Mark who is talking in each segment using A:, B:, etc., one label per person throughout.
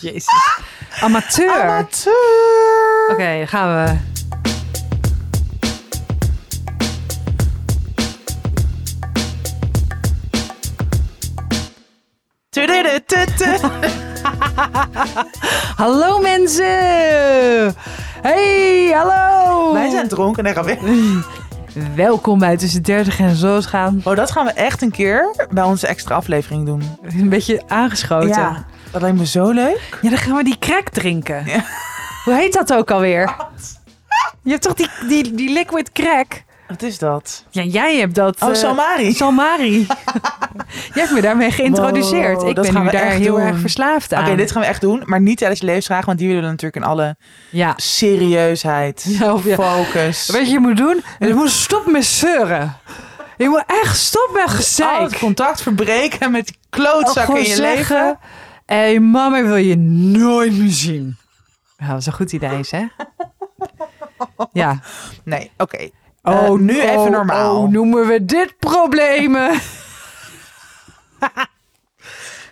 A: Jezus. Amateur. Oké,
B: Amateur.
A: dan gaan we.
B: Tududutudu.
A: Hallo mensen. Hey, hallo.
B: Wij zijn dronken en gaan weg.
A: Welkom bij Tussen 30 en Zo's gaan.
B: Oh, dat gaan we echt een keer bij onze extra aflevering doen.
A: Een beetje aangeschoten.
B: Dat lijkt me zo leuk.
A: Ja, dan gaan we die crack drinken.
B: Ja.
A: Hoe heet dat ook alweer? Je hebt toch die, die, die liquid crack?
B: Wat is dat?
A: Ja, jij hebt dat.
B: Oh,
A: eh,
B: Salmari.
A: Salmari. jij hebt me daarmee geïntroduceerd.
B: Wow,
A: ik
B: dat
A: ben
B: gaan
A: nu
B: we
A: daar
B: echt
A: heel
B: doen.
A: erg verslaafd aan.
B: Oké, dit gaan we echt doen. Maar niet tijdens je levensvragen, want die willen we natuurlijk in alle
A: Ja.
B: serieusheid,
A: Ja, of ja.
B: focus.
A: Weet je, je moet doen? Je moet stoppen met zeuren. Je moet echt stoppen met
B: al
A: gezeik. Oh,
B: het contact verbreken met die klootzak
A: Gewoon
B: in je
A: zeggen,
B: leven.
A: Hé, mama wil je nooit meer zien. Nou, dat is een goed idee, hè? Ja.
B: Nee, oké. Eh, nu even normaal.
A: Oh, noemen we dit problemen?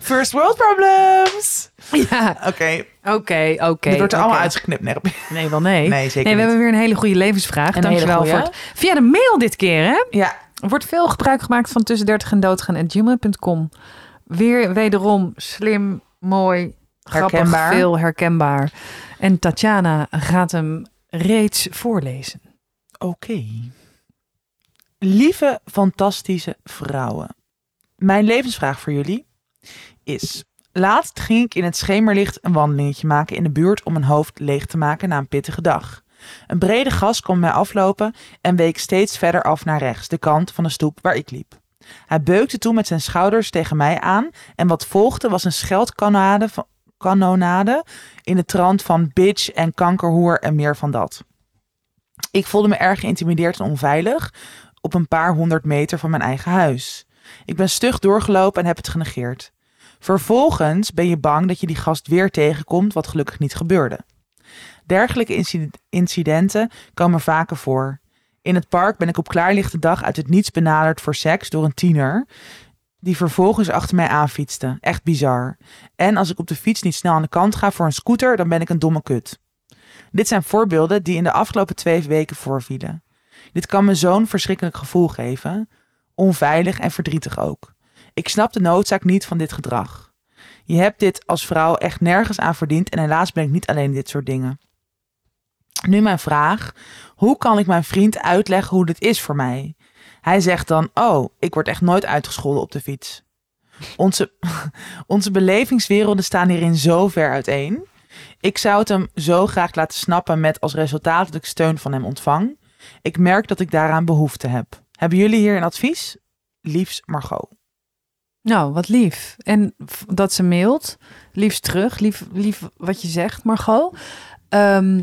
B: First world problems.
A: ja,
B: Oké,
A: oké, oké.
B: dit wordt er allemaal
A: oké.
B: uitgeknipt. Nee,
A: Nee, wel nee.
B: nee zeker
A: nee, we
B: niet.
A: hebben weer een hele goede levensvraag.
B: Een
A: Dankjewel
B: hele
A: voor
B: goeie.
A: het... Via de mail dit keer, hè?
B: Ja,
A: Er wordt veel gebruik gemaakt van tussen 30 en doodgaan at gmail.com. Weer wederom slim, mooi, grappig,
B: Herkenbaar.
A: veel herkenbaar. En Tatjana gaat hem reeds voorlezen.
B: Oké. Lieve fantastische vrouwen. Mijn levensvraag voor jullie is... Laatst ging ik in het schemerlicht een wandelingetje maken in de buurt om mijn hoofd leeg te maken na een pittige dag. Een brede gast kwam mij aflopen en week steeds verder af naar rechts, de kant van de stoep waar ik liep. Hij beukte toen met zijn schouders tegen mij aan en wat volgde was een scheldkanonade van, kanonade in de trant van bitch en kankerhoer en meer van dat. Ik voelde me erg geïntimideerd en onveilig op een paar honderd meter van mijn eigen huis. Ik ben stug doorgelopen en heb het genegeerd. Vervolgens ben je bang dat je die gast weer tegenkomt, wat gelukkig niet gebeurde. Dergelijke inci- incidenten komen vaker voor. In het park ben ik op klaarlichte dag uit het niets benaderd voor seks door een tiener, die vervolgens achter mij aanfietste. Echt bizar. En als ik op de fiets niet snel aan de kant ga voor een scooter, dan ben ik een domme kut. Dit zijn voorbeelden die in de afgelopen twee weken voorvielen. Dit kan me zo'n verschrikkelijk gevoel geven, onveilig en verdrietig ook. Ik snap de noodzaak niet van dit gedrag. Je hebt dit als vrouw echt nergens aan verdiend en helaas ben ik niet alleen in dit soort dingen. Nu mijn vraag: hoe kan ik mijn vriend uitleggen hoe dit is voor mij? Hij zegt dan: Oh, ik word echt nooit uitgescholden op de fiets. Onze, onze belevingswerelden staan hierin zo ver uiteen. Ik zou het hem zo graag laten snappen met als resultaat dat ik steun van hem ontvang. Ik merk dat ik daaraan behoefte heb. Hebben jullie hier een advies? Liefs Margot.
A: Nou, wat lief. En f- dat ze mailt. Liefst terug. Lief, lief wat je zegt, Margot. Ehm,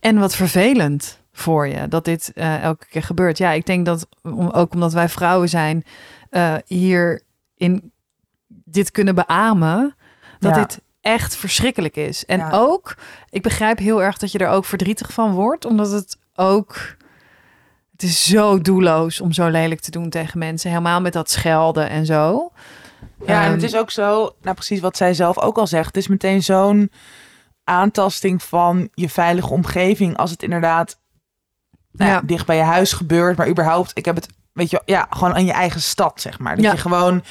A: en wat vervelend voor je dat dit eh, elke keer gebeurt. Ja, ik denk dat om- ook omdat wij vrouwen zijn, eh, hier in dit kunnen beamen. Dat
B: Ja.
A: dit echt verschrikkelijk is. En
B: Ja.
A: ook, ik begrijp heel erg dat je er ook verdrietig van wordt, omdat het ook. Het is zo doelloos om zo lelijk te doen tegen mensen. Helemaal met dat schelden en zo.
B: Ja, en
A: Ehm,
B: het is ook zo, nou precies wat zij zelf ook al zegt. Het is meteen zo'n aantasting van je veilige omgeving. Als het inderdaad nou ja,
A: Ja.
B: dicht bij je huis gebeurt. Maar überhaupt, ik heb het, weet je, ja, gewoon aan je eigen stad, zeg maar. Dat
A: Ja.
B: je gewoon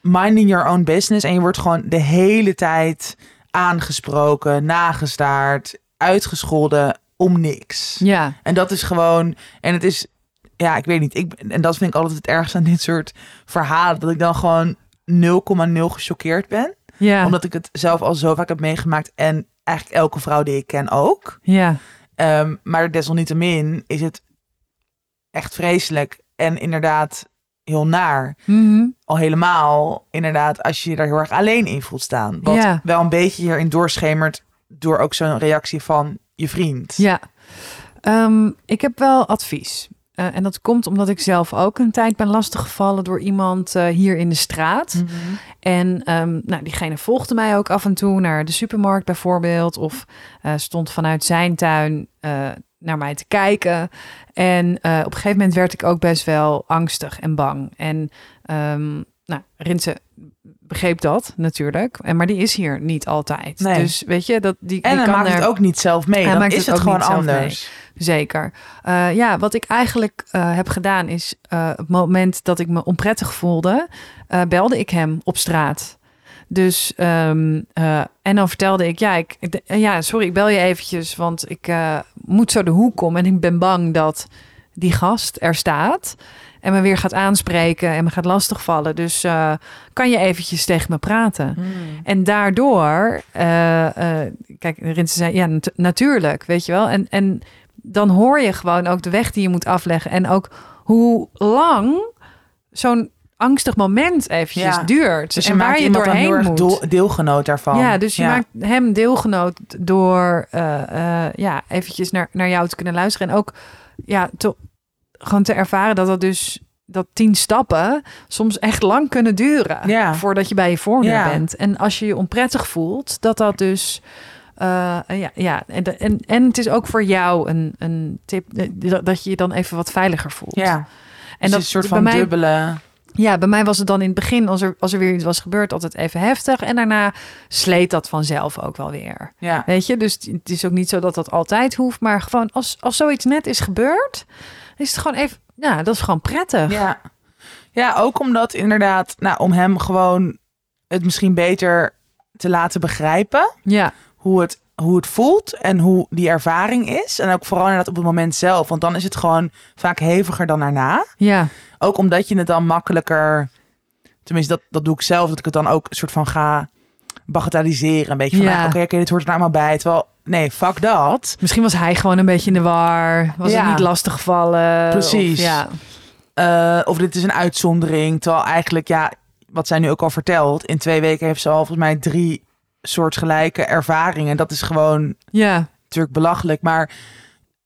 B: minding your own business. En je wordt gewoon de hele tijd aangesproken, nagestaard, uitgescholden om niks.
A: Ja,
B: En dat is gewoon. En het is. Ja, ik weet niet. Ik, en dat vind ik altijd het ergste aan dit soort verhalen. Dat ik dan gewoon 0,0 gechoqueerd ben.
A: ja,
B: Omdat ik het zelf al zo vaak heb meegemaakt. En eigenlijk elke vrouw die ik ken ook.
A: ja.
B: Ehm, maar desalniettemin is het echt vreselijk. En inderdaad heel naar.
A: Mhm.
B: Al helemaal, inderdaad, als je je daar heel erg alleen in voelt staan. Wat
A: Ja.
B: wel een beetje hierin doorschemert. Door ook zo'n reactie van je vriend.
A: Ja, Ehm, ik heb wel advies. Eh, en dat komt omdat ik zelf ook een tijd ben lastiggevallen door iemand eh, hier in de straat.
B: Mhm.
A: En ehm, nou, diegene volgde mij ook af en toe naar de supermarkt bijvoorbeeld. Of eh, stond vanuit zijn tuin eh, naar mij te kijken. En eh, op een gegeven moment werd ik ook best wel angstig en bang. En ehm, nou, Rinse begreep dat natuurlijk. En, maar die is hier niet altijd.
B: Nee.
A: Dus weet je, dat, die,
B: En
A: die
B: hij
A: kan
B: maakt
A: er...
B: het ook niet zelf mee.
A: Hij
B: Dan
A: maakt
B: is
A: het
B: het,
A: ook
B: gewoon
A: niet zelf mee.
B: anders.
A: Zeker. Eh, ja, wat ik eigenlijk eh, heb gedaan is... eh, op het moment dat ik me onprettig voelde... eh, belde ik hem op straat. Dus, ehm, eh, en dan vertelde ik... Ja, ik, ik- eh, ja, sorry, ik bel je eventjes... want ik eh, moet zo de hoek om... en ik ben bang dat die gast er staat... en me weer gaat aanspreken en me gaat lastigvallen. Dus eh, kan je eventjes tegen me praten? En daardoor, eh, eh, kijk, Rinse zei, ja, nat- natuurlijk, weet je wel. En, en dan hoor je gewoon ook de weg die je moet afleggen. En ook hoe lang zo'n angstig moment eventjes
B: Ja.
A: duurt.
B: Dus je
A: en waar
B: maakt
A: je
B: iemand dan heel
A: doorheen
B: erg
A: moet.
B: doel- deelgenoot daarvan.
A: ja, dus je maakt hem deelgenoot door eh, eh, ja, eventjes naar, naar jou te kunnen luisteren. En ook ja, te, gewoon te ervaren dat dat dus... dat tien stappen soms echt lang kunnen duren
B: Ja.
A: voordat je bij je voordeur
B: Ja.
A: bent. En als je je onprettig voelt, dat dat dus. eh, ja, ja. En, de- en, en het is ook voor jou een, een tip eh, dat, dat je je dan even wat veiliger voelt.
B: Ja, en
A: en dat
B: een soort
A: bij
B: van
A: mij,
B: dubbele...
A: Ja, bij mij was het dan in het begin, als er, als er weer iets was gebeurd, altijd even heftig. En daarna sleet dat vanzelf ook wel weer.
B: Ja.
A: Weet je, dus het is ook niet zo dat dat altijd hoeft. Maar gewoon als, als zoiets net is gebeurd, is het gewoon even. Ja, dat is gewoon prettig.
B: Ja. ja, ook omdat inderdaad, nou, om hem gewoon het misschien beter te laten begrijpen.
A: Ja,
B: Hoe het, hoe het voelt en hoe die ervaring is. En ook vooral inderdaad op het moment zelf. Want dan is het gewoon vaak heviger dan daarna.
A: ja,
B: Ook omdat je het dan makkelijker. Tenminste, dat, dat doe ik zelf. Dat ik het dan ook een soort van ga bagatelliseren. Een beetje van,
A: Ja.
B: nou, oké, oké, dit hoort er nou maar bij. Terwijl, nee, fuck dat.
A: Misschien was hij gewoon een beetje in de war. Was
B: Ja.
A: het niet lastig gevallen?
B: Precies.
A: Of, ja.
B: Eh, of dit is een uitzondering. Terwijl eigenlijk, ja, wat zij nu ook al vertelt. In twee weken heeft ze al volgens mij drie soortgelijke ervaringen. Dat is gewoon
A: ja,
B: natuurlijk belachelijk. Maar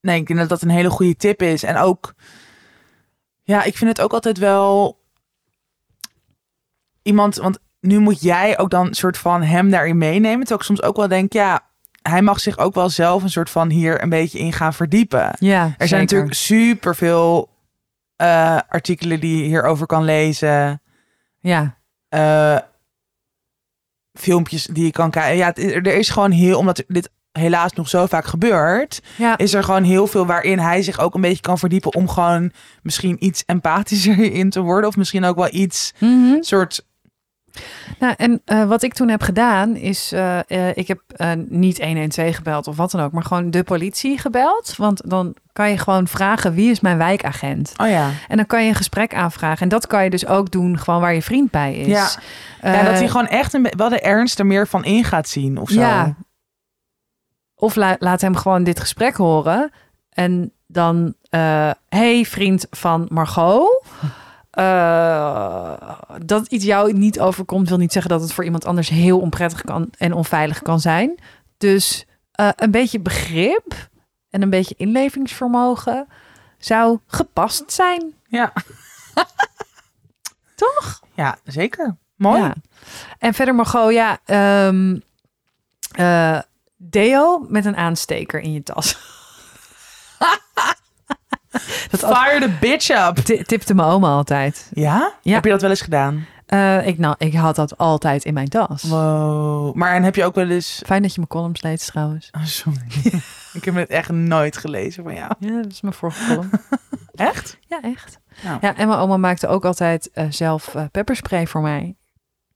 B: nee, ik denk dat dat een hele goede tip is. En ook, ja, ik vind het ook altijd wel iemand, want nu moet jij ook dan een soort van hem daarin meenemen. Terwijl ik soms ook wel denk, ja, hij mag zich ook wel zelf een soort van hier een beetje in gaan verdiepen.
A: ja.
B: Er zijn natuurlijk superveel eh artikelen die je hierover kan lezen.
A: Ja,
B: eh, filmpjes die je kan kijken. Ja, het is- er is gewoon heel, omdat dit helaas nog zo vaak gebeurt,
A: ja.
B: is er gewoon heel veel waarin hij zich ook een beetje kan verdiepen om gewoon misschien iets empathischer in te worden. Of misschien ook wel iets
A: Mhm.
B: soort.
A: Nou, en eh, wat ik toen heb gedaan is, eh, eh, ik heb eh, niet 112 gebeld of wat dan ook, maar gewoon de politie gebeld. Want dan kan je gewoon vragen wie is mijn wijkagent.
B: Oh ja.
A: En dan kan je een gesprek aanvragen. En dat kan je dus ook doen gewoon waar je vriend bij is.
B: Ja. ja,
A: Eh,
B: dat hij gewoon echt een be- wel de ernst er meer van in gaat zien of zo.
A: Ja. Of la- laat hem gewoon dit gesprek horen. En dan, eh, hey vriend van Margot. eh, dat iets jou niet overkomt, wil niet zeggen dat het voor iemand anders heel onprettig kan en onveilig kan zijn. Dus eh, een beetje begrip en een beetje inlevingsvermogen zou gepast zijn,
B: ja.
A: toch?
B: Ja, zeker. Mooi.
A: Ja. En verder Margot, ja, ehm, eh, deo met een aansteker in je tas. dat ad-
B: Fire the bitch up.
A: ti- tipte mijn oma altijd.
B: Ja?
A: Ja.
B: Heb je dat wel eens gedaan?
A: Eh, ik, nou, ik had dat altijd in mijn tas.
B: Wow. Maar en heb je ook wel eens...
A: Fijn dat je mijn columns leest trouwens.
B: Oh, sorry. ik heb het echt nooit gelezen van jou.
A: Ja, dat is mijn vorige column.
B: Echt?
A: ja, echt.
B: Nou.
A: Ja, en mijn oma maakte ook altijd eh, zelf eh, pepperspray voor mij.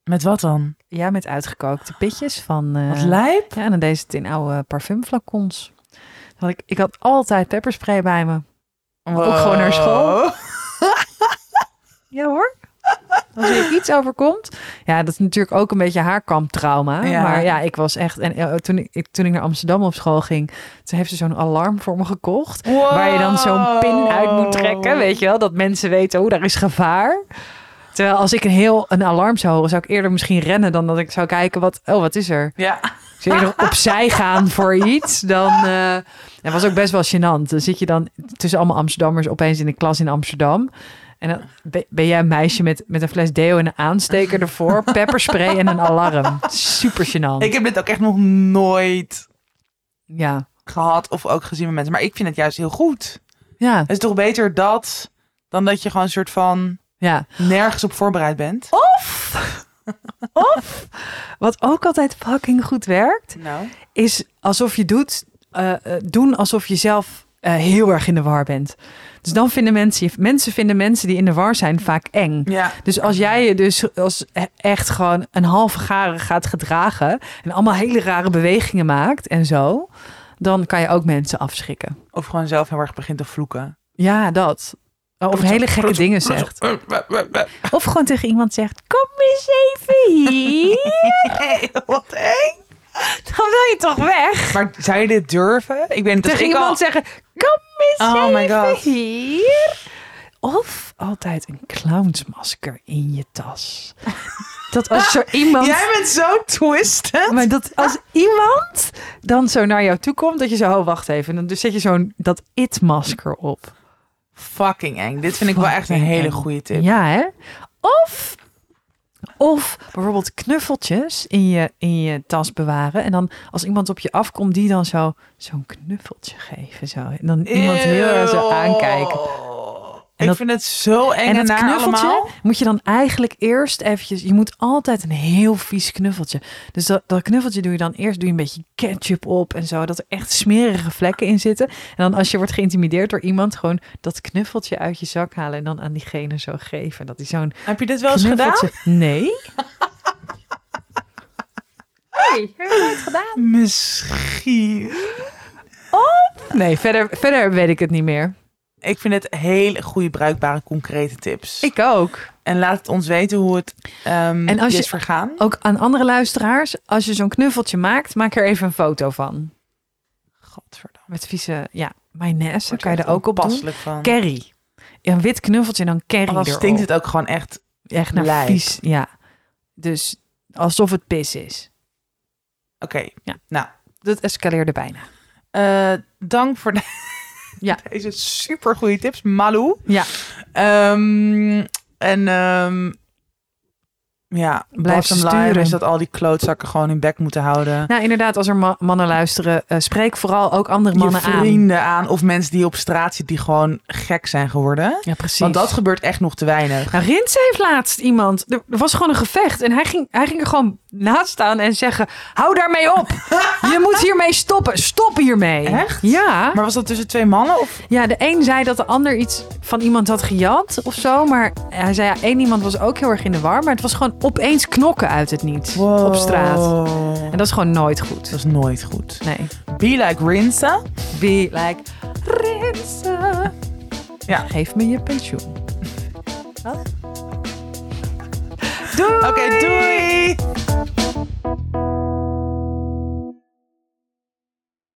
B: Met wat dan?
A: Ja, met uitgekookte pitjes van... eh,
B: Wat lijp?
A: ja, en dan deed ze het in oude parfumflacons. Dan Had ik, ik had altijd pepperspray bij me. Ook gewoon naar school. Ja hoor. Als je iets overkomt. Ja, dat is natuurlijk ook een beetje haar kamptrauma.
B: Ja.
A: Maar ja, ik was echt... En eh, toen ik, ik- toen ik naar Amsterdam op school ging... toen heeft ze zo'n alarm voor me gekocht.
B: Wow.
A: Waar je dan zo'n pin uit moet
B: Oh.
A: trekken, weet je wel. Dat mensen weten, oh, daar is gevaar. Terwijl als ik een heel een alarm zou horen... zou ik eerder misschien rennen dan dat ik zou kijken... Wat, oh, wat is er?
B: Ja.
A: Ik zou eerder opzij gaan voor iets dan... eh dat was ook best wel gênant. Dan zit je dan tussen allemaal Amsterdammers opeens in de klas in Amsterdam... En dan ben- ben jij een meisje met, met een fles deo en een aansteker ervoor, pepperspray en een alarm. Super gênant.
B: Ik heb dit ook echt nog nooit
A: Ja.
B: gehad of ook gezien met mensen. Maar ik vind het juist heel goed.
A: ja,
B: Het is toch beter dat dan dat je gewoon een soort van...
A: Ja.
B: nergens op voorbereid bent.
A: Of, of, wat ook altijd fucking goed werkt,
B: Nou.
A: is alsof je doet, eh, eh, doen alsof je zelf eh, heel erg in de war bent. Dus dan vinden mensen, mensen vinden mensen die in de war zijn vaak eng.
B: Ja.
A: Dus als jij je dus als e- echt gewoon een halve garen gaat gedragen en allemaal hele rare bewegingen maakt en zo, dan kan je ook mensen afschrikken.
B: Of gewoon zelf heel erg begint te vloeken.
A: Ja, dat. Of hele gekke dingen zegt. Of gewoon tegen iemand zegt: Kom eens even hier.
B: Hey, wat eng.
A: Dan wil je toch weg?
B: Maar zou je dit durven? Ik weet niet, als
A: Tegen
B: ik al-
A: iemand zeggen: Kom eens
B: Oh my
A: even
B: God.
A: hier. Of altijd een clownsmasker in je tas. Dat als zo iemand.
B: Jij bent zo twisted.
A: Maar dat als iemand dan zo naar jou toe komt, dat je zo, oh, wacht even. En dan dus zet je zo'n dat it-masker op.
B: Fucking eng. Dit vind ik wel echt een
A: Fucking
B: hele
A: eng.
B: goede tip.
A: Ja, hè? Of, of bijvoorbeeld knuffeltjes in je, in je tas bewaren. En dan als iemand op je afkomt, die dan zo zo'n knuffeltje geven. Zo. En dan iemand heel erg zo aankijken.
B: En ik
A: dat-
B: vind het zo eng en,
A: En dat
B: naar
A: knuffeltje
B: allemaal.
A: moet je dan eigenlijk eerst eventjes... Je moet altijd een heel vies knuffeltje. Dus dat, dat knuffeltje doe je dan eerst... Doe je een beetje ketchup op en zo. Dat er echt smerige vlekken in zitten. En dan als je wordt geïntimideerd door iemand... Gewoon dat knuffeltje uit je zak halen... en dan aan diegene zo geven. Dat is zo'n
B: Heb je dit wel eens gedaan?
A: knuffeltje- Nee.
C: Hey, heb je het gedaan?
B: Misschien.
A: Nee, verder, verder weet ik het niet meer.
B: Ik vind het hele goede, bruikbare, concrete tips.
A: Ik ook.
B: En laat het ons weten hoe het ehm
A: En als
B: je
A: je-
B: is vergaan.
A: Ook aan andere luisteraars... Als je zo'n knuffeltje maakt... Maak er even een foto van.
B: Godverdamme.
A: Met vieze... Ja, mayonaise
B: Wordt
A: kan je er
B: echt
A: ook op doen.
B: onpasselijk van.
A: Kerry. Een wit knuffeltje en dan
B: Maar
A: kerry
B: dan
A: erop.
B: stinkt het ook gewoon echt.
A: echt naar
B: lijk.
A: vies. Ja. Dus alsof het pis is.
B: Oké,
A: Dat escaleerde bijna.
B: eh, dank voor de-
A: Ja.
B: deze super goede tips, Malou.
A: Ja.
B: Ehm, en ehm, ja,
A: Blijf
B: bottom line
A: sturen.
B: is dat al die klootzakken gewoon hun bek moeten houden.
A: Nou, inderdaad, als er ma- mannen luisteren, eh, spreek vooral ook andere mannen
B: je vrienden aan. of mensen die je op straat zitten die gewoon gek zijn geworden.
A: aan. Ja, precies.
B: Want dat gebeurt echt nog te weinig.
A: nou, Rins heeft laatst iemand. Er er was gewoon een gevecht. En hij ging, hij ging er gewoon naast staan en zeggen: Hou daarmee op. Je moet hiermee stoppen. Stop hiermee.
B: Echt?
A: Ja.
B: Maar was dat tussen twee mannen of
A: Ja, de een zei dat de ander iets van iemand had gejat of zo. Maar hij zei, ja, één iemand was ook heel erg in de war. Maar het was gewoon opeens knokken uit het niets op straat. En dat is gewoon nooit goed.
B: Dat is nooit goed.
A: Nee.
B: Be like Rinsa.
A: Be like, rinsen.
B: Ja.
A: Geef me je pensioen. Doei!
B: Oké, doei.